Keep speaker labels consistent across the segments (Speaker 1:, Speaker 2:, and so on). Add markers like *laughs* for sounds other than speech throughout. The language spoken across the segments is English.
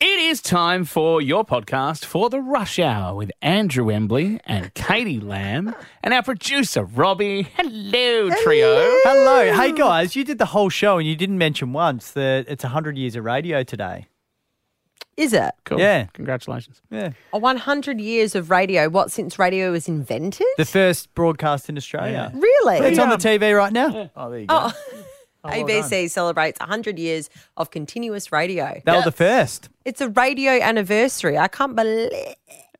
Speaker 1: It is time for your podcast for the rush hour with Andrew Embley and Katie Lamb and our producer Robbie. Hello, trio.
Speaker 2: Hello. Hey, guys, you did the whole show and you didn't mention once that it's 100 years of radio today.
Speaker 3: Is it?
Speaker 1: Cool.
Speaker 2: Yeah.
Speaker 1: Congratulations.
Speaker 2: Yeah.
Speaker 3: A 100 years of radio. What, since radio was invented?
Speaker 2: The first broadcast in Australia.
Speaker 3: really?
Speaker 2: It's on the TV right now. Oh, there you go.
Speaker 3: *laughs* ABC celebrates 100 years of continuous radio.
Speaker 2: They were the first.
Speaker 3: It's a radio anniversary. I can't believe.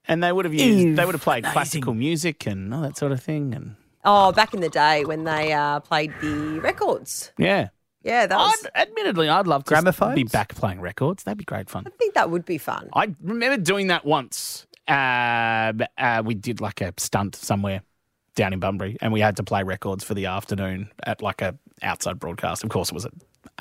Speaker 1: And they would have used, they would have played classical music and all that sort of thing. And
Speaker 3: Oh, back in the day when they uh, played the records.
Speaker 1: yeah,
Speaker 3: Yeah, that was,
Speaker 1: I'd, admittedly, I'd love to
Speaker 2: Gramophones?
Speaker 1: be back playing records. That'd be great fun.
Speaker 3: I think that would be fun.
Speaker 1: I remember doing that once. Uh, uh, we did like a stunt somewhere down in Bunbury, and we had to play records for the afternoon at like a outside broadcast. Of course, it was at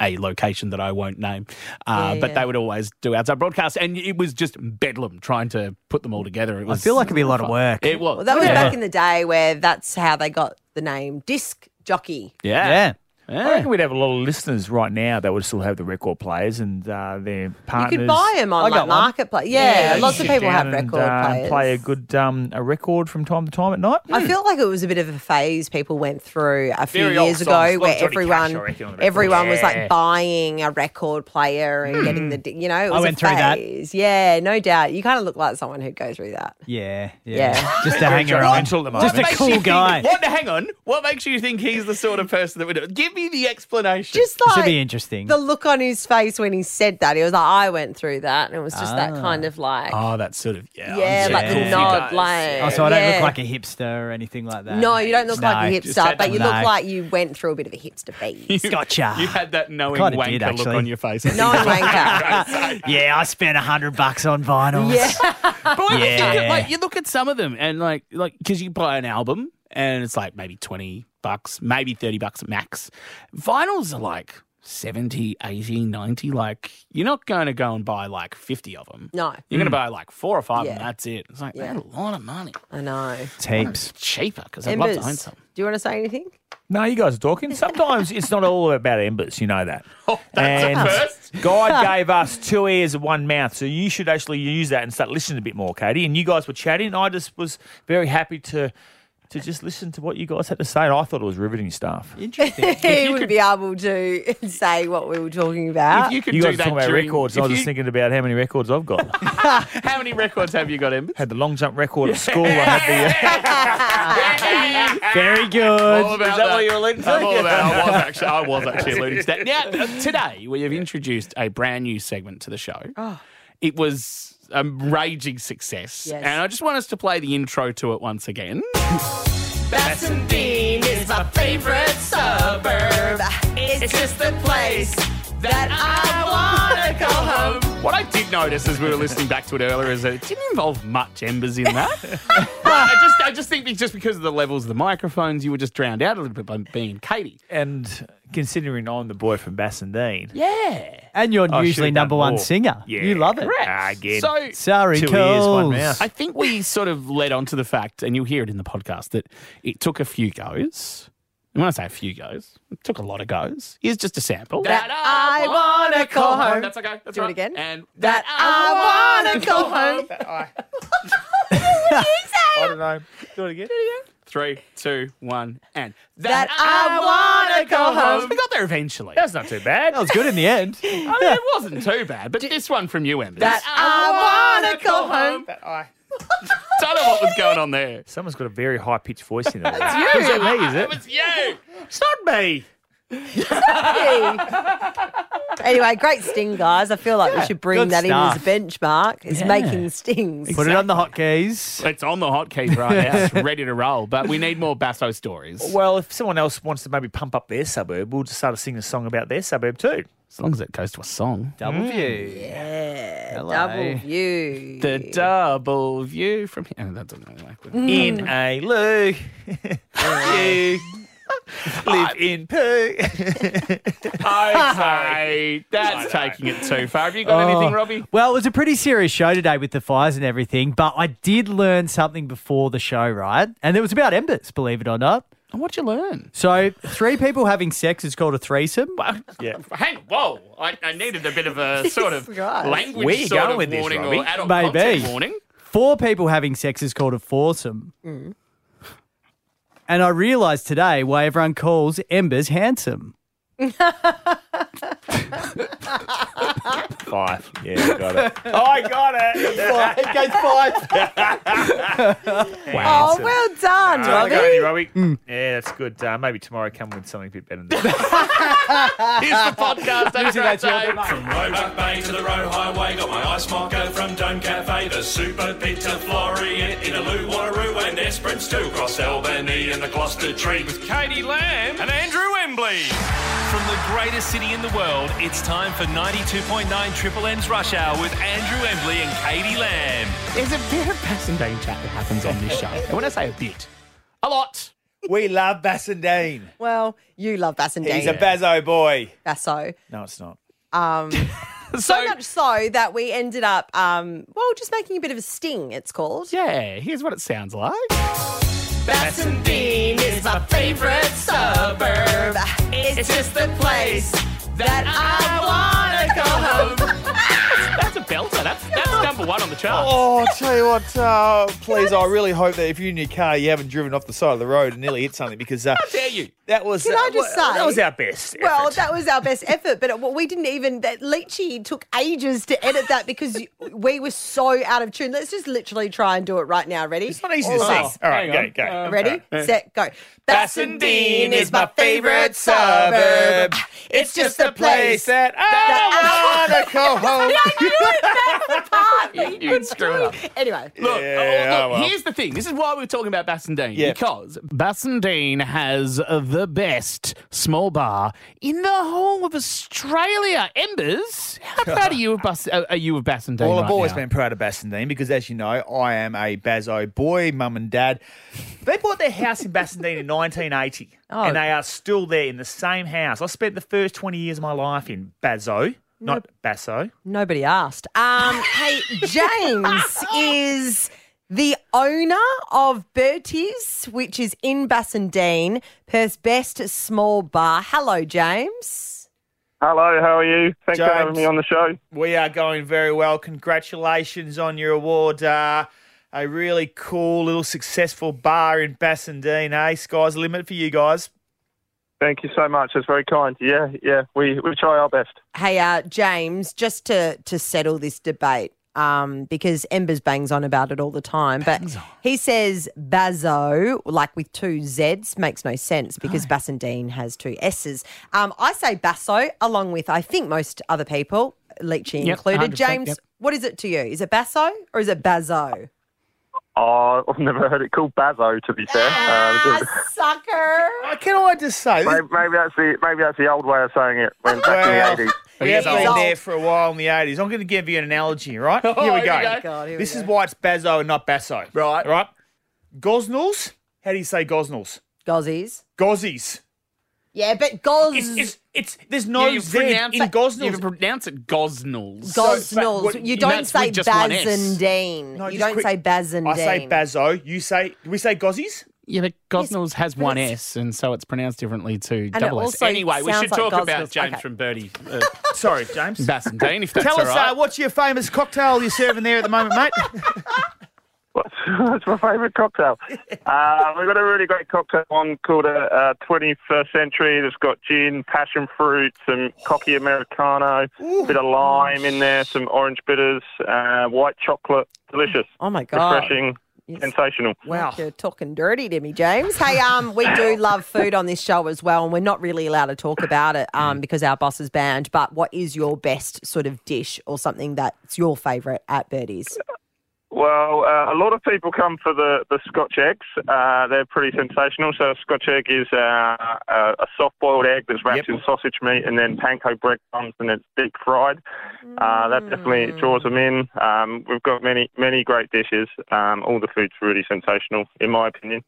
Speaker 1: a location that I won't name, uh,
Speaker 3: Yeah,
Speaker 1: but
Speaker 3: yeah.
Speaker 1: they would always do outside broadcasts, and it was just bedlam trying to put them all together. It was,
Speaker 2: feel like it'd be a lot of work.
Speaker 1: It was.
Speaker 3: Well, that was
Speaker 1: yeah.
Speaker 3: back in the day where that's how they got the name disc jockey.
Speaker 1: yeah.
Speaker 2: Yeah.
Speaker 1: Yeah.
Speaker 4: I reckon we'd have a lot of listeners right now that would still have the record players and uh, their partners.
Speaker 3: You could buy them
Speaker 2: I
Speaker 3: on
Speaker 2: got
Speaker 3: like
Speaker 2: one.
Speaker 3: marketplace. Yeah,
Speaker 4: You
Speaker 3: lots of
Speaker 4: sit
Speaker 3: people have
Speaker 4: down and,
Speaker 3: record
Speaker 4: uh,
Speaker 3: players.
Speaker 4: Play a good um, a record from time to time at night.
Speaker 3: I feel like it was a bit of a phase people went through a few
Speaker 1: Hmm. Very old
Speaker 3: years
Speaker 1: songs.
Speaker 3: ago
Speaker 1: Lot
Speaker 3: where
Speaker 1: of Johnny Cash, I reckon, on the
Speaker 3: everyone everyone
Speaker 1: record.
Speaker 3: was
Speaker 1: Yeah. Hmm.
Speaker 3: like buying a record player and getting the di- you know it was
Speaker 2: went
Speaker 3: a
Speaker 2: through that.
Speaker 3: phase. Yeah, no doubt. You kind of look like someone who goes through that.
Speaker 2: Yeah.
Speaker 3: Yeah.
Speaker 2: Just a hanger on.
Speaker 4: Until the
Speaker 2: Just a
Speaker 4: moment.
Speaker 2: cool guy.
Speaker 1: What? Hang on. What makes you think he's the sort of person that would do it? Give me the explanation.
Speaker 3: Just
Speaker 2: This
Speaker 3: like
Speaker 2: would be interesting.
Speaker 3: the look on his face when he said that, he was like, "I went through that," and it was just that kind of like,
Speaker 1: oh, that sort of yeah.
Speaker 3: yeah,
Speaker 2: I'm
Speaker 3: like
Speaker 2: sure
Speaker 3: the
Speaker 2: you
Speaker 3: nod,
Speaker 1: guys.
Speaker 3: like.
Speaker 2: Oh, so I don't
Speaker 3: yeah.
Speaker 2: look like a hipster or anything like that.
Speaker 3: No, you don't look like a
Speaker 2: No,
Speaker 3: hipster, but you
Speaker 2: no.
Speaker 3: look like you went through a bit of a hipster
Speaker 1: *laughs*
Speaker 3: phase.
Speaker 2: Gotcha.
Speaker 1: You had that knowing
Speaker 2: Kinda
Speaker 1: wanker
Speaker 2: did,
Speaker 1: look
Speaker 2: actually.
Speaker 1: on your face.
Speaker 3: No
Speaker 1: *laughs*
Speaker 3: wanker.
Speaker 2: Yeah, I spent a hundred bucks on vinyls.
Speaker 3: Yeah.
Speaker 1: but I think at,
Speaker 2: Yeah.
Speaker 1: like you look at some of them and like like because you buy an album and it's like maybe twenty bucks, maybe thirty bucks max. Vinyls are like 70, 80, 90. Like you're not going to go and buy like fifty of them.
Speaker 3: No.
Speaker 1: You're
Speaker 4: Hmm.
Speaker 1: going to buy like four or five, and
Speaker 3: Yeah.
Speaker 1: that's it. It's like
Speaker 3: Yeah.
Speaker 1: that's a lot of money.
Speaker 3: I know.
Speaker 2: It's heaps.
Speaker 1: Cheaper because I'd love to own
Speaker 3: Embers,
Speaker 1: some.
Speaker 3: do you want to say anything?
Speaker 4: No, you guys are talking. Sometimes it's not all about embers, you
Speaker 1: *laughs*
Speaker 4: know that.
Speaker 1: Oh, that's a
Speaker 4: and
Speaker 1: first.
Speaker 3: *laughs*
Speaker 4: God gave us two ears and one mouth, so you should actually use that and start listening a bit more, Katie. And you guys were chatting. I just was very happy to to just listen to what you guys had to say. And I thought it was riveting stuff.
Speaker 2: Interesting.
Speaker 3: he would be able to say what we were talking about.
Speaker 1: If you could
Speaker 4: Ah, You
Speaker 1: do
Speaker 4: guys
Speaker 1: that
Speaker 4: were talking about
Speaker 1: during-
Speaker 4: records,
Speaker 1: if
Speaker 4: and I was
Speaker 1: you-
Speaker 4: just thinking about how many records I've got.
Speaker 1: *laughs* how many records have you got, Embers?
Speaker 4: had the long jump record at school. I had *laughs*
Speaker 3: *laughs*
Speaker 4: the. uh,
Speaker 2: Very
Speaker 1: all
Speaker 2: good.
Speaker 1: about
Speaker 4: Is that what you were alluding to?
Speaker 1: I'm all about- I
Speaker 4: *laughs*
Speaker 1: was actually, I was actually alluding to that. Now, uh, today we have introduced a brand new segment to the show.
Speaker 5: Oh.
Speaker 1: It was a raging success,
Speaker 3: Yes.
Speaker 1: and I just want us to play the intro to it once again.
Speaker 5: Bass and Bean is my favorite suburb. It's just the place that I wanna go home.
Speaker 1: What I did notice as we were listening back to it earlier is that it didn't involve much embers in that. But I just, I just think it's just because of the levels of the microphones, you were just drowned out a little bit by being Katie.
Speaker 4: and considering I'm the boy from Bassendean. Yeah.
Speaker 2: And you're
Speaker 4: I
Speaker 2: usually
Speaker 4: should've
Speaker 2: number
Speaker 4: Oh, done
Speaker 2: one
Speaker 4: more.
Speaker 2: singer.
Speaker 4: Yeah,
Speaker 2: You love it.
Speaker 4: correct. Ah, again.
Speaker 1: So
Speaker 2: Sorry,
Speaker 4: Two ears, one
Speaker 2: Coles.
Speaker 4: mouth.
Speaker 1: I think we sort of led on to the fact, and you'll hear it in the podcast, that it took a few goes. And when I say a few goes, it took a lot of goes. Here's just a sample.
Speaker 3: That I wanna go home.
Speaker 1: That's okay. That's
Speaker 3: Do it
Speaker 1: right.
Speaker 3: again.
Speaker 1: And
Speaker 3: that I wanna go home.
Speaker 4: I don't know. Do it again.
Speaker 1: three, two, one, and
Speaker 3: That I wanna go home.
Speaker 1: We got there eventually.
Speaker 4: That's not too bad.
Speaker 2: That was good in the end.
Speaker 1: I mean, it wasn't too bad, but this one from you, Embers.
Speaker 3: That I wanna go home.
Speaker 1: don't know what was going on there.
Speaker 4: *laughs*
Speaker 1: Ah,
Speaker 4: Someone's got a very high pitched voice *laughs* in there.
Speaker 3: You.
Speaker 4: Is it me? Is
Speaker 1: It
Speaker 4: it?
Speaker 1: was you.
Speaker 4: It's not me.
Speaker 3: anyway, great sting, guys. I feel like we should bring
Speaker 2: good
Speaker 3: that in
Speaker 2: stuff.
Speaker 3: as a benchmark. It's making stings.
Speaker 2: Put it on the hotkeys.
Speaker 1: It's on the hotkeys right now. It's ready to roll, but we need more Basso stories.
Speaker 4: Well, if someone else wants to maybe pump up their suburb, we'll just start singing a song about their suburb too.
Speaker 1: As long as it goes to a song.
Speaker 2: Double
Speaker 4: Mm.
Speaker 2: view.
Speaker 3: Yeah,
Speaker 2: Hello.
Speaker 3: double view.
Speaker 1: The double view from here. Oh, that doesn't work.
Speaker 4: In a *laughs* loo, you live in poo.
Speaker 1: *laughs* Okay,
Speaker 4: *laughs*
Speaker 1: that's taking it too far. Have you got anything, Robbie?
Speaker 2: Well, it was a pretty serious show today with the fires and everything, but I did learn something before the show, right? And it was about embers, believe it or not.
Speaker 1: And what'd you learn?
Speaker 2: So three people having sex is called a threesome.
Speaker 4: Yeah.
Speaker 5: Hang, whoa! I, I needed a bit of a sort of
Speaker 3: Christ.
Speaker 5: language
Speaker 4: Where you
Speaker 5: sort
Speaker 4: going
Speaker 5: of
Speaker 4: with this,
Speaker 5: warning
Speaker 4: Robbie?
Speaker 5: or adult
Speaker 2: Maybe.
Speaker 5: content warning.
Speaker 2: Four people having sex is called a foursome. And I realised today why everyone calls Embers handsome.
Speaker 4: Five. Yeah, got *laughs* it. oh, I got it.
Speaker 2: it goes five.
Speaker 3: Oh, well done,
Speaker 4: Well
Speaker 3: Robbie.
Speaker 4: done, you, Robbie. Yeah, that's good. Uh, maybe tomorrow come with something a bit *laughs* better than that.
Speaker 5: Here's the podcast. That's right,
Speaker 2: that's your
Speaker 5: Dave.
Speaker 6: From Roebuck Bay to the Roe Highway, got my ice marker from Dome Cafe, the Super Pizza Florian, Inaloo, Wanneroo, and Esperance too. Cross Albany and the Gloucester Tree with
Speaker 7: Katie Lamb and Andrew Wembley. From the greatest city in the world, it's time for 92.9 Triple M's Rush Hour with Andrew Wembley and Katie Lamb.
Speaker 1: There's a bit of fascinating chat that happens on this show.
Speaker 5: *laughs*
Speaker 1: And when I say a bit, a lot.
Speaker 4: we love Bassendine.
Speaker 3: Well, you love Bassendine.
Speaker 4: He's a Bazzo boy.
Speaker 3: Basso.
Speaker 4: No, it's not.
Speaker 1: So,
Speaker 3: um, So much so that we ended up, um, well, just making a bit of a sting, it's called.
Speaker 1: yeah, here's what it sounds like.
Speaker 5: Bassendean is my favourite suburb. It's just the place that I wanna go home.
Speaker 1: *laughs*
Speaker 5: *laughs*
Speaker 1: That's a belter. That's, that's number one on the chart.
Speaker 4: Oh, I'll tell you what, uh, please, I really hope that if you're in your car, you haven't driven off the side of the road and nearly hit something because uh,
Speaker 1: dare you.
Speaker 4: that was
Speaker 3: Can I just
Speaker 4: well,
Speaker 3: say-
Speaker 4: that was our best.
Speaker 3: Well,
Speaker 4: effort.
Speaker 3: that was our best effort, but it, well, we didn't even. That Leachy took ages to edit that because we were so out of tune. Let's just literally try and do it right now. Ready?
Speaker 4: it's not easy
Speaker 3: All
Speaker 4: to
Speaker 3: of
Speaker 4: sing.
Speaker 3: us.
Speaker 4: All right, Um,
Speaker 1: Hang
Speaker 4: go, go.
Speaker 1: on.
Speaker 3: Ready, set, go.
Speaker 4: Bassendean is my favourite suburb.
Speaker 3: It's just
Speaker 4: the place that I want
Speaker 3: *laughs*
Speaker 4: to call home.
Speaker 5: *laughs*
Speaker 1: You, you screw it up.
Speaker 3: Anyway,
Speaker 1: Look,
Speaker 4: Yeah,
Speaker 1: oh,
Speaker 4: oh,
Speaker 1: look,
Speaker 4: well.
Speaker 1: here's the thing. This is why we're talking about Bassendine
Speaker 4: Yeah.
Speaker 1: because Bassendine has uh, the best small bar in the whole of Australia. Embers,
Speaker 4: *laughs*
Speaker 1: how proud are you of Bass? Uh, are you of Bassendine?
Speaker 4: Well,
Speaker 1: right
Speaker 4: I've always
Speaker 1: now?
Speaker 4: been proud of Bassendean because, as you know, I am a Bazzo boy, mum and dad. They bought their house in Bassendean
Speaker 1: *laughs*
Speaker 4: in 1980,
Speaker 1: Oh.
Speaker 4: and they are still there in the same house. I spent the first 20 years of my life in Bazzo, not Basso.
Speaker 3: nobody asked. Um, hey, James is the owner of Bertie's, which is in Bassendean, Perth's best small bar. Hello, James.
Speaker 8: Hello, how are you? Thanks for having
Speaker 4: James.
Speaker 8: me on the show.
Speaker 4: We are going very well. Congratulations on your award. Uh, a really cool little successful bar in Bassendean, eh? Sky's the limit for you guys.
Speaker 8: Thank you so much. That's very kind. Yeah, yeah, we, we try our best.
Speaker 3: Hey, uh, James, just to to settle this debate, um, because Embers bangs on about it all the time, but he says Bazo, like with two Zs, makes no sense because Bassendine has two S's. Um, I say Basso, along with I think most other people, Leachy
Speaker 1: Yep,
Speaker 3: included.
Speaker 1: 100%,
Speaker 3: James,
Speaker 1: yep.
Speaker 3: what is it to you? Is it Basso or is it Bazo?
Speaker 8: Oh, *laughs* I've never heard it called Bazo, to be fair. Uh,
Speaker 3: Ah, sucker!
Speaker 4: Uh, Can I just say,
Speaker 8: maybe, maybe, that's the, maybe that's the old way of saying it, when
Speaker 4: Well.
Speaker 8: back in the 80s.
Speaker 4: We have
Speaker 3: He's
Speaker 4: been
Speaker 3: old.
Speaker 4: there for a while in the 80s. I'm going to give you an
Speaker 1: *laughs*
Speaker 4: analogy, right?
Speaker 1: Oh,
Speaker 4: here we go.
Speaker 3: God, here we
Speaker 4: this is
Speaker 3: go.
Speaker 4: why it's Bazo and not Basso. Right. Right? Gosnells? How do you say Gosnells?
Speaker 3: Gozzies.
Speaker 4: Gozzies.
Speaker 3: Yeah, but Goz.
Speaker 4: It's, it's, it's, there's
Speaker 1: Yeah,
Speaker 4: no
Speaker 1: you
Speaker 4: Z
Speaker 1: pronounce
Speaker 4: in
Speaker 1: it- You
Speaker 4: Gosnells.
Speaker 1: pronounce it Gosnells.
Speaker 3: Gosnells.
Speaker 4: what-
Speaker 3: you don't
Speaker 1: that's with
Speaker 3: say
Speaker 1: just one S.
Speaker 3: Bazendine.
Speaker 4: No,
Speaker 3: you
Speaker 4: just
Speaker 3: don't
Speaker 4: quick-
Speaker 3: say Bazendine.
Speaker 4: I say Bazo. You say, do we say Gozzies?
Speaker 1: yeah, but Gosnells has
Speaker 3: but
Speaker 1: one
Speaker 3: it's-
Speaker 1: S, and so it's pronounced differently to
Speaker 3: it
Speaker 1: double S.
Speaker 3: also
Speaker 1: Anyway, we
Speaker 3: sounds
Speaker 1: should
Speaker 3: like
Speaker 1: talk
Speaker 3: Gosnells.
Speaker 1: about James
Speaker 3: Okay.
Speaker 1: from Birdie uh, *laughs*
Speaker 4: Sorry, James.
Speaker 1: Bassendine, if that's
Speaker 4: Tell
Speaker 1: all
Speaker 4: us,
Speaker 1: right.
Speaker 4: uh, what's your famous cocktail you're serving there at the moment, mate?
Speaker 8: *laughs* What's, what's my
Speaker 3: *laughs*
Speaker 8: favourite cocktail? uh, we've got a really great cocktail one called a, uh 21st Century that's got gin, passion fruit, some cocky Americano, a bit of lime in there, some orange bitters, uh, white chocolate. Delicious.
Speaker 3: Oh my god!
Speaker 8: Refreshing. Sensational.
Speaker 4: Wow.
Speaker 3: You're talking dirty to me, James. Hey, um, we do love food on this show as well, and we're not really allowed to talk about it um, because our boss is banned. But what is your best sort of dish or something that's your favourite at Birdie's?
Speaker 8: Well, uh, a lot of people come for the, the Scotch eggs. Uh, they're pretty sensational. So, a Scotch egg is uh, a, a soft boiled egg that's wrapped
Speaker 4: Yep.
Speaker 8: in sausage meat and then panko breadcrumbs and it's deep fried. Uh, that definitely draws them in. Um, we've got many, many great dishes. Um, all the food's really sensational, in my opinion.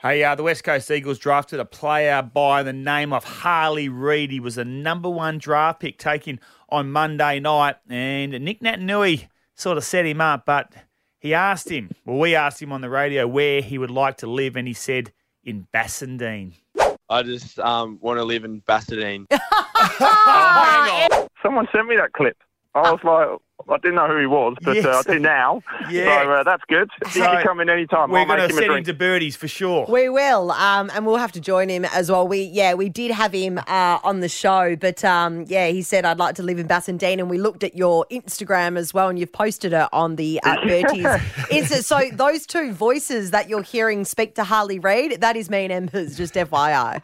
Speaker 4: Hey, uh, the West Coast Eagles drafted a player by the name of Harley Reid. He was the number one draft pick taken on Monday night, and Nick Natanui sort of set him up, but he asked him, well, we asked him on the radio where he would like to live, and he said in Bassendean?
Speaker 9: I just um, want to live in
Speaker 4: *laughs*
Speaker 9: Bassadine.
Speaker 8: Someone sent me that clip. I was like, I didn't know who he was, but uh,
Speaker 4: Yes.
Speaker 8: I do
Speaker 4: *laughs*
Speaker 8: now.
Speaker 4: Yeah.
Speaker 8: So uh, that's good. He
Speaker 4: So,
Speaker 8: can come in anytime.
Speaker 4: We're
Speaker 8: I'll
Speaker 4: going
Speaker 8: make
Speaker 4: to
Speaker 8: him a
Speaker 4: send him
Speaker 8: drink.
Speaker 4: to birdies for sure.
Speaker 3: We will, um, and we'll have to join him as well. We yeah, we did have him uh, on the show, but um, yeah, he said I'd like to live in Bassendean, and we looked at your Instagram as well, and you've posted it on the uh, Bertie's Insta. So those two voices that you're hearing speak to Harley Reid, that is me and Embers. Just FYI,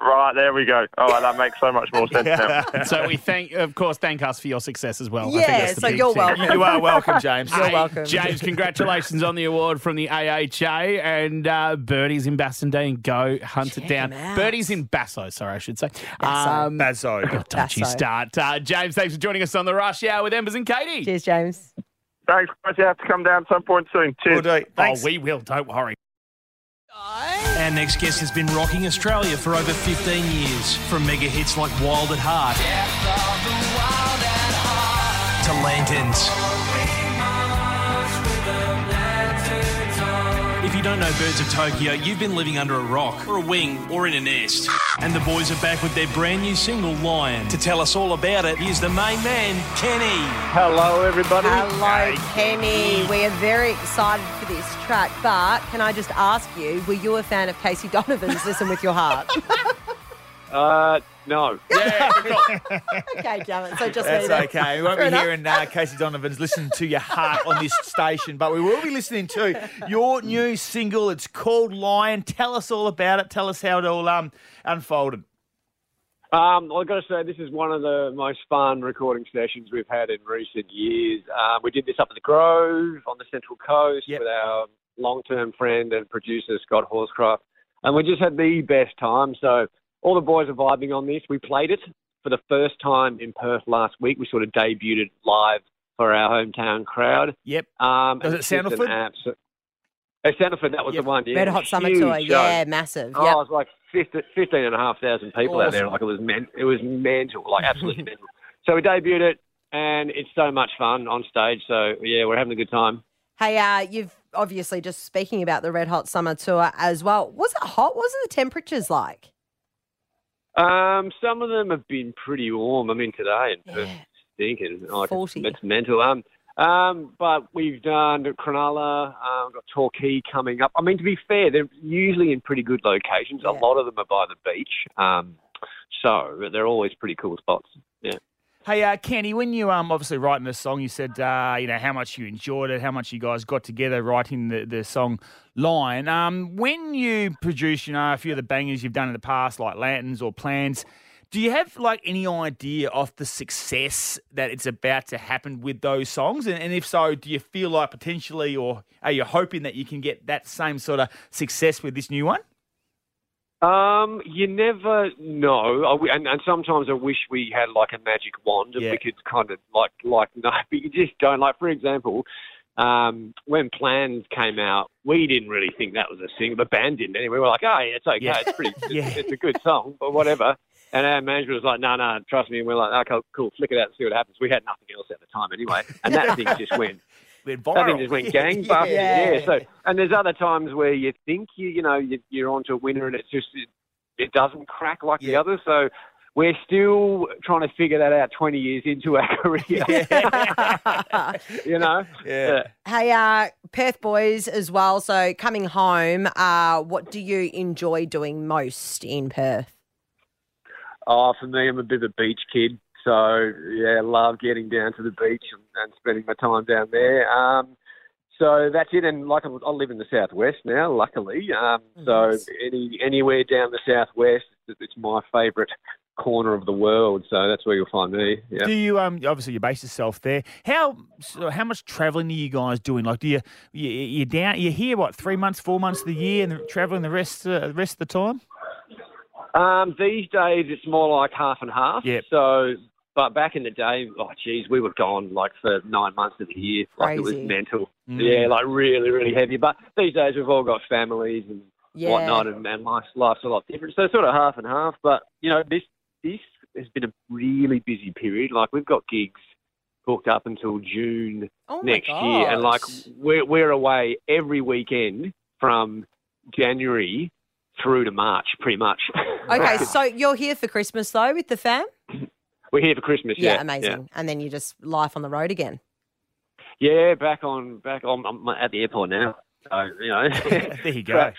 Speaker 8: right, there we go. Oh, that makes so much more
Speaker 4: *laughs*
Speaker 8: sense now.
Speaker 1: *laughs* so we thank, of course, thank us for your success as well. I think
Speaker 3: Yeah,
Speaker 1: that's the
Speaker 3: so
Speaker 1: big
Speaker 3: you're
Speaker 1: thing.
Speaker 3: welcome.
Speaker 4: *laughs* You are welcome, James.
Speaker 1: Hey,
Speaker 3: welcome. *laughs*
Speaker 1: James, congratulations on the award from the AHA and uh, Birdies in Bassendean. Go hunt it down.
Speaker 3: him out.
Speaker 1: Birdies in Basso, sorry, I should say.
Speaker 3: Basso.
Speaker 1: Um,
Speaker 4: Bazzo.
Speaker 1: don't you
Speaker 3: Basso.
Speaker 1: start. Uh, James, thanks for joining us on the Rush Hour with Embers and Katie.
Speaker 3: cheers, James.
Speaker 8: Thanks, guys. You have to come down some point soon. Cheers.
Speaker 4: Will do.
Speaker 1: Oh,
Speaker 4: Thanks.
Speaker 1: we will. Don't worry.
Speaker 7: Our next guest has been rocking Australia for over 15 years, from mega hits like Wild at Heart to Lanterns. If you don't know Birds of Tokyo, you've been living under a rock, or a wing, or in a nest. And the boys are back with their brand new single, Lion. To tell us all about it, here's the main man, Kenny.
Speaker 8: Hello, everybody.
Speaker 3: Hello, Kenny. We are very excited for this track, but can I just ask you, were you a fan of Casey Donovan's "Listen with Your Heart"?
Speaker 9: Uh, no.
Speaker 3: okay, damn it. So just
Speaker 4: That's
Speaker 3: me then.
Speaker 4: okay. We won't be hearing uh, Casey Donovan's Listen to Your Heart on this station, but we will be listening to your new single. It's called Lion. Tell us all about it. Tell us how it all um, unfolded.
Speaker 9: Um, I've got to say, this is one of the most fun recording sessions we've had in recent years. Um, we did this up at the Grove on the Central Coast
Speaker 4: Yep.
Speaker 9: with our long-term friend and producer Scott Horscroft, and we just had the best time. So all the boys are vibing on this. We played it for the first time in Perth last week. We sort of debuted it live for our hometown crowd.
Speaker 4: Yep.
Speaker 9: Um,
Speaker 4: Was
Speaker 9: and
Speaker 4: it
Speaker 9: it's just an
Speaker 4: Sandalford?
Speaker 9: abso- Uh, Sandalford, that was
Speaker 4: Yep.
Speaker 9: the one. Yeah,
Speaker 3: Red Hot Summer
Speaker 9: Huge
Speaker 3: Tour,
Speaker 9: show.
Speaker 3: yeah, massive.
Speaker 9: Oh,
Speaker 3: yep.
Speaker 9: it was like 15, 15 and a half thousand people out there. Like it was men, it was mental, like absolutely mental. So we debuted it, and it's so much fun on stage. So yeah, we're having a good time.
Speaker 3: Hey, uh, you've obviously just speaking about the Red Hot Summer Tour as well. Was it hot? What was the temperatures like?
Speaker 9: Um, some of them have been pretty warm. I mean, today and Perth's stinking like
Speaker 3: 40.
Speaker 9: It's, it's mental. Um, um, but we've done Cronulla, um, got Torquay coming up. I mean, to be fair, they're usually in pretty good locations.
Speaker 3: Yeah.
Speaker 9: A lot of them are by the beach. Um, so they're always pretty cool spots. Yeah.
Speaker 4: Hey, uh, Kenny, when you um obviously writing the song, you said uh, you know how much you enjoyed it, how much you guys got together writing the, the song "Line." Um, when you produce, you know, a few of the bangers you've done in the past, like Lanterns or Plans, do you have like any idea of the success that it's about to happen with those songs? And, and if so, do you feel like potentially, or are you hoping that you can get that same sort of success with this new one?
Speaker 9: Um, you never know, I w and, and sometimes I wish we had like a magic wand and
Speaker 4: Yeah.
Speaker 9: we could kind of like like *laughs* no, but you just don't. Like for example, um, when Plans came out, we didn't really think that was a single. The band didn't anyway. We were like, oh, yeah, it's okay,
Speaker 4: Yeah.
Speaker 9: it's
Speaker 4: *laughs*
Speaker 9: pretty, it's,
Speaker 4: Yeah.
Speaker 9: it's a good song, but whatever. And our manager was like, no, no, trust me. And we're like, okay, cool, flick it out and see what happens. We had nothing else at the time anyway, and
Speaker 4: *laughs*
Speaker 9: that thing just went
Speaker 4: We're
Speaker 9: I
Speaker 4: viral.
Speaker 9: think just
Speaker 4: *laughs*
Speaker 9: went gangbusters.
Speaker 3: Yeah.
Speaker 9: Yeah. So, and there's other times where you think you, you know, you, you're onto a winner, and it's just it, it doesn't crack like the
Speaker 4: Yeah.
Speaker 9: others. So, we're still trying to figure that out 20 years into our *laughs* career. you know.
Speaker 4: Yeah.
Speaker 3: Hey, uh, Perth boys as well. So coming home, uh, what do you enjoy doing most in Perth?
Speaker 9: Oh, for me, I'm a bit of a beach kid. So, yeah, love getting down to the beach and, and spending my time down there. Um, so that's it. And like I, I live in the southwest now, luckily. Um, so
Speaker 3: Nice.
Speaker 9: any anywhere down the southwest, it- it's my favourite corner of the world. So that's where you'll find me. Yeah.
Speaker 4: Do you um obviously you base yourself there? How so how much traveling are you guys doing? Like do you you you down you here what three months four months of the year and traveling the rest uh, the rest of the time?
Speaker 9: Um, these days, it's more like half and half.
Speaker 4: Yep.
Speaker 9: So, but back in the day, oh geez, we were gone like for nine months of the year. Like it was
Speaker 3: Crazy.
Speaker 9: mental.
Speaker 4: Mm.
Speaker 9: Yeah, like really, really heavy. But these days, we've all got families and
Speaker 3: Yeah.
Speaker 9: whatnot, and, and life's, life's a lot different. So it's sort of half and half. But you know, this this has been a really busy period. Like we've got gigs booked up until June
Speaker 3: Oh my
Speaker 9: next year, and like
Speaker 3: gosh.
Speaker 9: we're we're away every weekend from January through to March, pretty much.
Speaker 3: Okay, so you're here for Christmas though with the fam?
Speaker 9: *laughs* We're here for Christmas. Yeah,
Speaker 3: Yeah, amazing. And then you just life on the road again.
Speaker 9: Yeah. Yeah, back on, back on. I'm at the airport now. So
Speaker 3: *laughs*
Speaker 9: you know,
Speaker 4: Mm. There you go.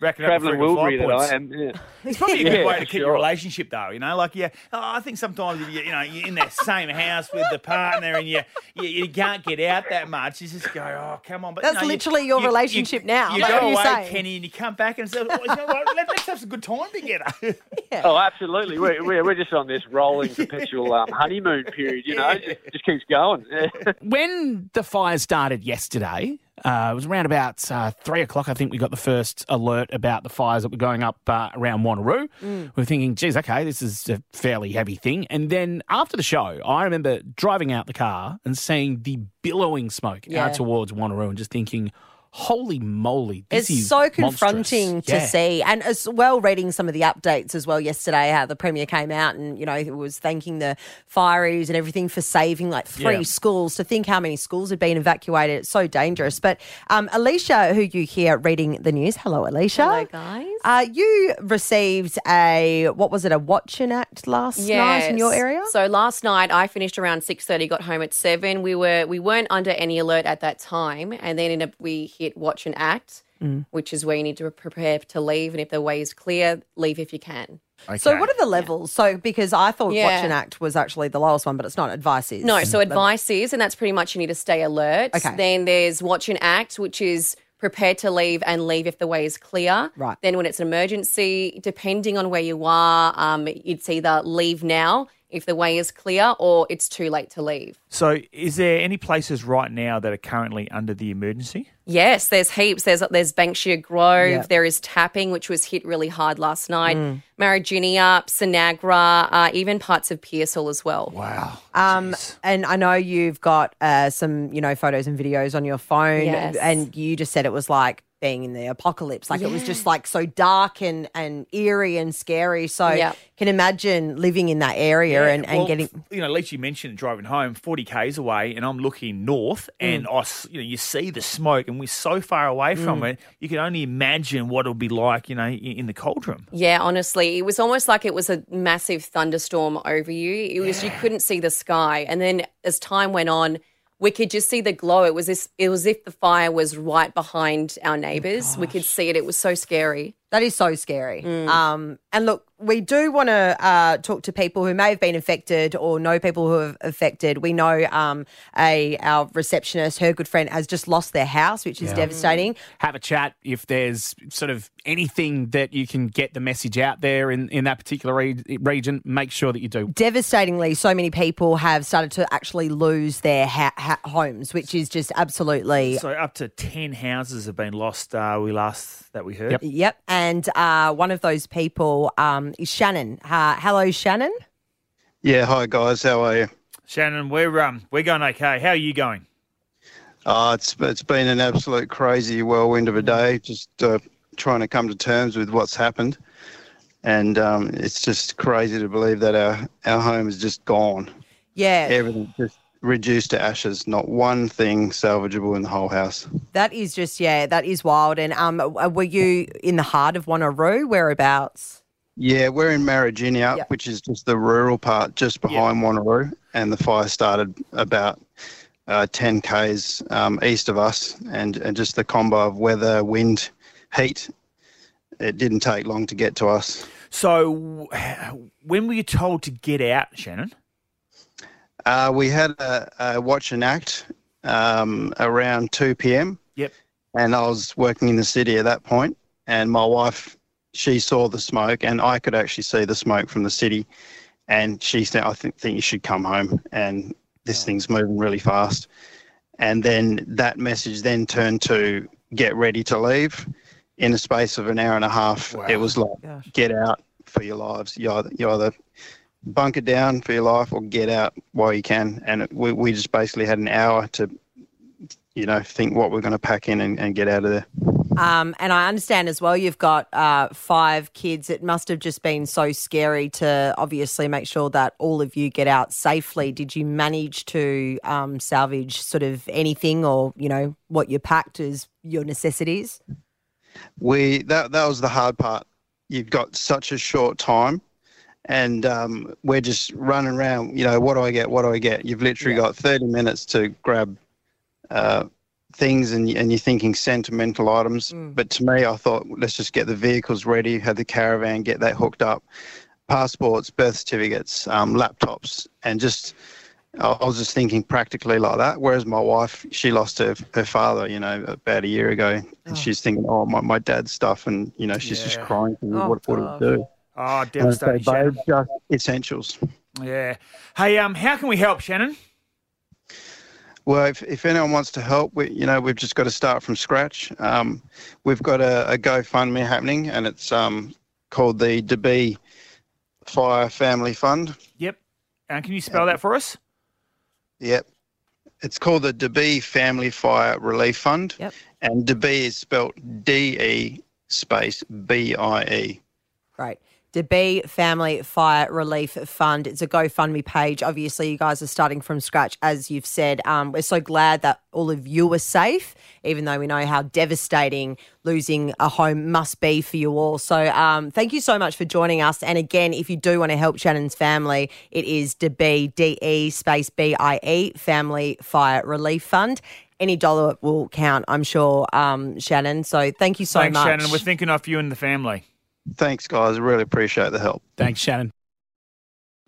Speaker 4: Racking up the
Speaker 9: traveling
Speaker 4: freaking five
Speaker 9: Wilbury that
Speaker 4: points.
Speaker 9: I am. Yeah.
Speaker 4: It's
Speaker 9: *laughs*
Speaker 4: probably a good
Speaker 9: Yeah,
Speaker 4: way to keep your
Speaker 9: sure.
Speaker 4: relationship, though. You know, like yeah, oh, I think sometimes you, you know you're in that same house with the partner, and you you, you can't get out that much. You just go, oh, come on. But
Speaker 3: That's
Speaker 4: no, you-
Speaker 3: literally your relationship now.
Speaker 4: You
Speaker 3: Like,
Speaker 4: go
Speaker 3: what are you
Speaker 4: away,
Speaker 3: saying?
Speaker 4: Kenny, and you come back and say, oh, you know what? Let, us have some good time
Speaker 3: *laughs*
Speaker 4: together. *laughs*
Speaker 9: Oh, absolutely. We're, we're, we're just on this
Speaker 3: *laughs*
Speaker 9: rolling perpetual um, honeymoon period. You know, It just, just keeps going. *laughs*
Speaker 1: when the fire started yesterday, uh, it was around about uh, three o'clock. I think we got the first alert about the fires that were going up uh, around Wanneroo.
Speaker 3: Mm.
Speaker 1: We were thinking, geez, okay, this is a fairly heavy thing. And then after the show, I remember driving out the car and seeing the billowing smoke
Speaker 3: Yeah.
Speaker 1: out towards Wanneroo and just thinking, holy moly, this
Speaker 3: It's
Speaker 1: is
Speaker 3: so
Speaker 1: monstrous.
Speaker 3: confronting to
Speaker 1: Yeah.
Speaker 3: see, and as well reading some of the updates as well yesterday, how the premier came out and you know it was thanking the fireys and everything for saving like three
Speaker 1: Yeah.
Speaker 3: schools. To think how many schools had been evacuated, it's so dangerous. But um, Alicia, who you hear reading the news, hello Alicia, hello
Speaker 10: guys.
Speaker 3: Uh, you received a what was it a watch and act last night in your
Speaker 10: Yes.
Speaker 3: area?
Speaker 10: So last night I finished around six thirty, got home at seven. We were we weren't under any alert at that time, and then in a, we hit watch and act,
Speaker 3: Mm.
Speaker 10: which is where you need to prepare to leave, and if the way is clear, leave if you can.
Speaker 3: So what are the levels? So because I thought
Speaker 10: Yeah.
Speaker 3: watch and act was actually the lowest one, but it's not. Advice is
Speaker 10: No, so advice is, and that's pretty much you need to stay alert.
Speaker 3: Okay.
Speaker 10: Then there's watch and act, which is prepare to leave and leave if the way is clear.
Speaker 3: Right.
Speaker 10: Then when it's an emergency, depending on where you are, um, it's either leave now if the way is clear, or it's too late to leave.
Speaker 4: so, is there any places right now that are currently under the emergency?
Speaker 10: Yes, there's heaps. There's there's Banksia Grove.
Speaker 3: Yeah. Mm.
Speaker 10: There is tapping, which was hit really hard last night. Mariginia, Sanagra, uh, even parts of Pearsall as well.
Speaker 4: Wow.
Speaker 3: Um, and I know you've got uh, some, you know, photos and videos on your phone,
Speaker 10: Yes.
Speaker 3: and you just said it was like being in the apocalypse, like it was just like so dark and and eerie and scary. So
Speaker 10: Yep.
Speaker 3: can imagine living in that area and, and
Speaker 4: Well,
Speaker 3: getting
Speaker 4: f- you know, at least you mentioned driving home, forty k's away, and I'm looking north,
Speaker 3: Mm.
Speaker 4: and I, s- you know, you see the smoke, and we're so far away from
Speaker 3: Mm.
Speaker 4: it, you can only imagine what it'll be like, you know, i- in the cauldron.
Speaker 10: Yeah, honestly, it was almost like it was a massive thunderstorm over you. It was you couldn't see the sky, and then as time went on, we could just see the glow. It was this. It was if the fire was right behind our neighbours. we
Speaker 3: Oh
Speaker 10: could see it. It was so scary.
Speaker 3: That is so scary. Um, and look, we do want to uh, talk to people who may have been affected or know people who have affected. We know um, a our receptionist, her good friend, has just lost their house, which is devastating.
Speaker 1: have a chat if there's sort of anything that you can get the message out there in, in that particular re- region make sure that you do
Speaker 3: Devastatingly, so many people have started to actually lose their ha- ha- homes, which is just absolutely
Speaker 4: So up to ten houses have been lost. Uh, we last that we heard.
Speaker 3: yep. And uh, one of those people um, is Shannon. Uh, hello, Shannon.
Speaker 11: Yeah, hi guys, how are you?
Speaker 4: Shannon, we're um, we're going okay. How are you going?
Speaker 11: Uh, it's it's been an absolute crazy whirlwind of a day. Just uh, trying to come to terms with what's happened, and um, it's just crazy to believe that our our home is just gone.
Speaker 3: Yeah,
Speaker 11: Everything just reduced to ashes. Not one thing salvageable in the whole house.
Speaker 3: that is just yeah, that is wild. And um, uh, were you in the heart of Wanneroo? Whereabouts?
Speaker 11: Yeah, we're in Mariginia,
Speaker 3: Yep.
Speaker 11: which is just the rural part just behind Wanneroo, and the fire started about uh, 10 k's um, east of us, and, and just the combo of weather, wind, heat. It didn't take long to get to us.
Speaker 4: So *sighs* w- when were you told to get out, Shannon?
Speaker 11: Uh, we had a, a watch and act um, around 2 p.m.
Speaker 4: Yep.
Speaker 11: And I was working in the city at that point, and my wife, she saw the smoke, and I could actually see the smoke from the city. And she said, I think, think you should come home, and this thing's moving really fast. And then that message then turned to get ready to leave. In the space of an hour and a half, it was like, get out for your lives. You either, you either bunker down for your life or get out while you can. And it- we, we just basically had an hour to, you know, think what we're going to pack in and, and get out of there.
Speaker 3: Um, and I understand as well, you've got uh, five kids. It must have just been so scary to obviously make sure that all of you get out safely. Did you manage to um, salvage sort of anything or, you know, what you packed as your necessities?
Speaker 11: We that that was the hard part. you've got such a short time, and um, we're just running around. You know, what do I get? What do I get? You've literally got thirty minutes to grab uh, things, and and you're thinking sentimental items. But to me, I thought let's just get the vehicles ready, have the caravan, get that hooked up, passports, birth certificates, um, laptops, and just. I I was just thinking practically like that. Whereas my wife, she lost her, her father, you know, about a year ago. And she's thinking, oh, my, my dad's stuff. And, you know, she's just
Speaker 4: Yeah.
Speaker 11: crying, thinking,
Speaker 4: Oh,
Speaker 11: what, what do
Speaker 4: God.
Speaker 11: we do?
Speaker 4: Oh,
Speaker 11: And I say,
Speaker 4: devastating, Shannon.
Speaker 11: "Babe, just essentials.
Speaker 4: Yeah. Hey, um, how can we help, Shannon?
Speaker 11: Well, if, if anyone wants to help, we, you know, we've just got to start from scratch. Um, we've got a, a GoFundMe happening, and it's um, called the DeBee Fire Family Fund.
Speaker 4: Yep. Uh, can you spell that for us?
Speaker 11: Yep. It's called the DeBee Family Fire Relief Fund.
Speaker 3: Yep.
Speaker 11: And DeBee is spelt D E space B I E.
Speaker 3: Great. DeBee Family Fire Relief Fund. It's a GoFundMe page. Obviously, you guys are starting from scratch, as you've said. Um, we're so glad that all of you are safe, even though we know how devastating losing a home must be for you all. So, um, thank you so much for joining us. And again, if you do want to help Shannon's family, it is DeBee, D E space B I E, Family Fire Relief Fund. Any dollar will count, I'm sure, um, Shannon. So, thank you so
Speaker 4: Thanks,
Speaker 3: much.
Speaker 4: Shannon. We're thinking of you and the family.
Speaker 11: Thanks, guys. I really appreciate the help.
Speaker 1: Thanks, Shannon.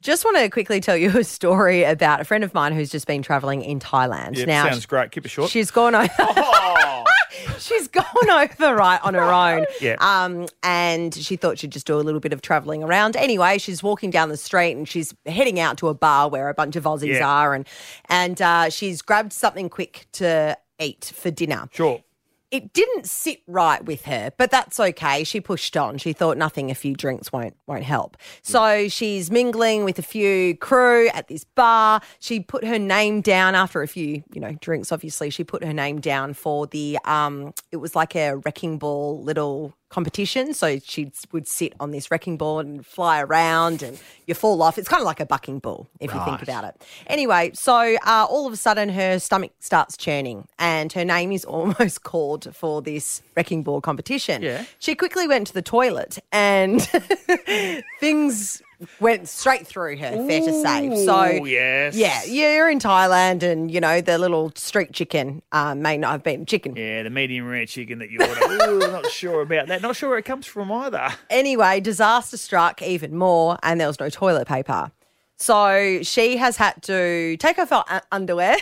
Speaker 3: Just want to quickly tell you a story about a friend of mine who's just been traveling in Thailand.
Speaker 4: Yeah,
Speaker 3: now,
Speaker 4: sounds great. Keep it short.
Speaker 3: she's gone over. *laughs* she's gone over right on her own.
Speaker 4: Yeah.
Speaker 3: Um, and she thought she'd just do a little bit of traveling around. Anyway, she's walking down the street and she's heading out to a bar where a bunch of Aussies
Speaker 5: Yeah.
Speaker 3: are, and and uh, she's grabbed something quick to eat for dinner.
Speaker 4: Sure.
Speaker 3: It didn't sit right with her, but that's okay. She pushed on. She thought nothing a few drinks won't won't help. So she's mingling with a few crew at this bar. She put her name down after a few, you know, drinks obviously. She put her name down for the um it was like a wrecking ball little competition. So she would sit on this wrecking ball and fly around and you fall off. It's kind of like a bucking ball if you think
Speaker 5: Right.
Speaker 3: about it. Anyway, so uh, all of a sudden her stomach starts churning and her name is *laughs* almost called for this wrecking ball competition.
Speaker 5: Yeah.
Speaker 3: She quickly went to the toilet and *laughs* things went straight through her, fair to say. So
Speaker 5: Ooh, yes.
Speaker 3: yeah, you're in Thailand and you know the little street chicken uh, may not have been chicken.
Speaker 4: Yeah, the medium rare chicken that you *laughs* order. Ooh, not sure about that. Not sure where it comes from either.
Speaker 3: Anyway, disaster struck even more, and there was no toilet paper. So she has had to take off her u- underwear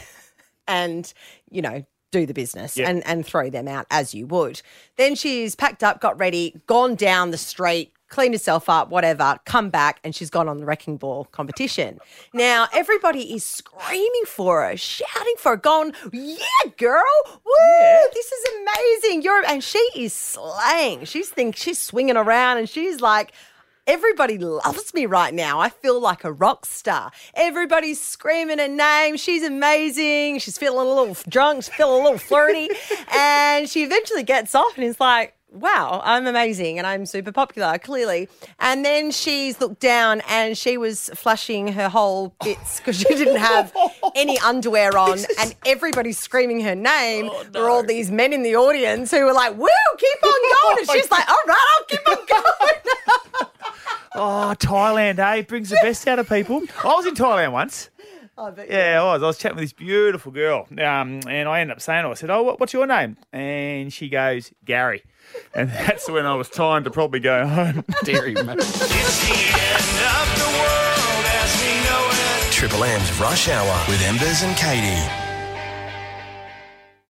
Speaker 3: and, you know, do the business
Speaker 5: Yeah.
Speaker 3: and, and throw them out as you would. Then she's packed up, got ready, gone down the street, cleaned herself up, whatever, come back, and she's gone on the wrecking ball competition. Now, everybody is screaming for her, shouting for her, going, Yeah, girl, woo, this is amazing. You're, and she is slaying. She's think she's swinging around and she's like, Everybody loves me right now. I feel like a rock star. Everybody's screaming her name. She's amazing. She's feeling a little drunk. She's feeling a little flirty. and she eventually gets off and is like, wow, I'm amazing and I'm super popular, clearly. And then she's looked down and she was flushing her whole bits because she didn't have any underwear on. And everybody's screaming her name. There were all these men in the audience who were like, woo, keep on going. And she's like, all right, I'll keep on
Speaker 4: Oh, Thailand, eh? It brings the best out of people. I was in Thailand once. Yeah, I was. I was chatting with this beautiful girl, um, and I ended up saying, to her, I said, "Oh, what, what's your name?" And she goes, "Gary," and *laughs* that's when I was timed to probably go home. Dairy,
Speaker 7: Triple M's Rush Hour with Embers and Katie.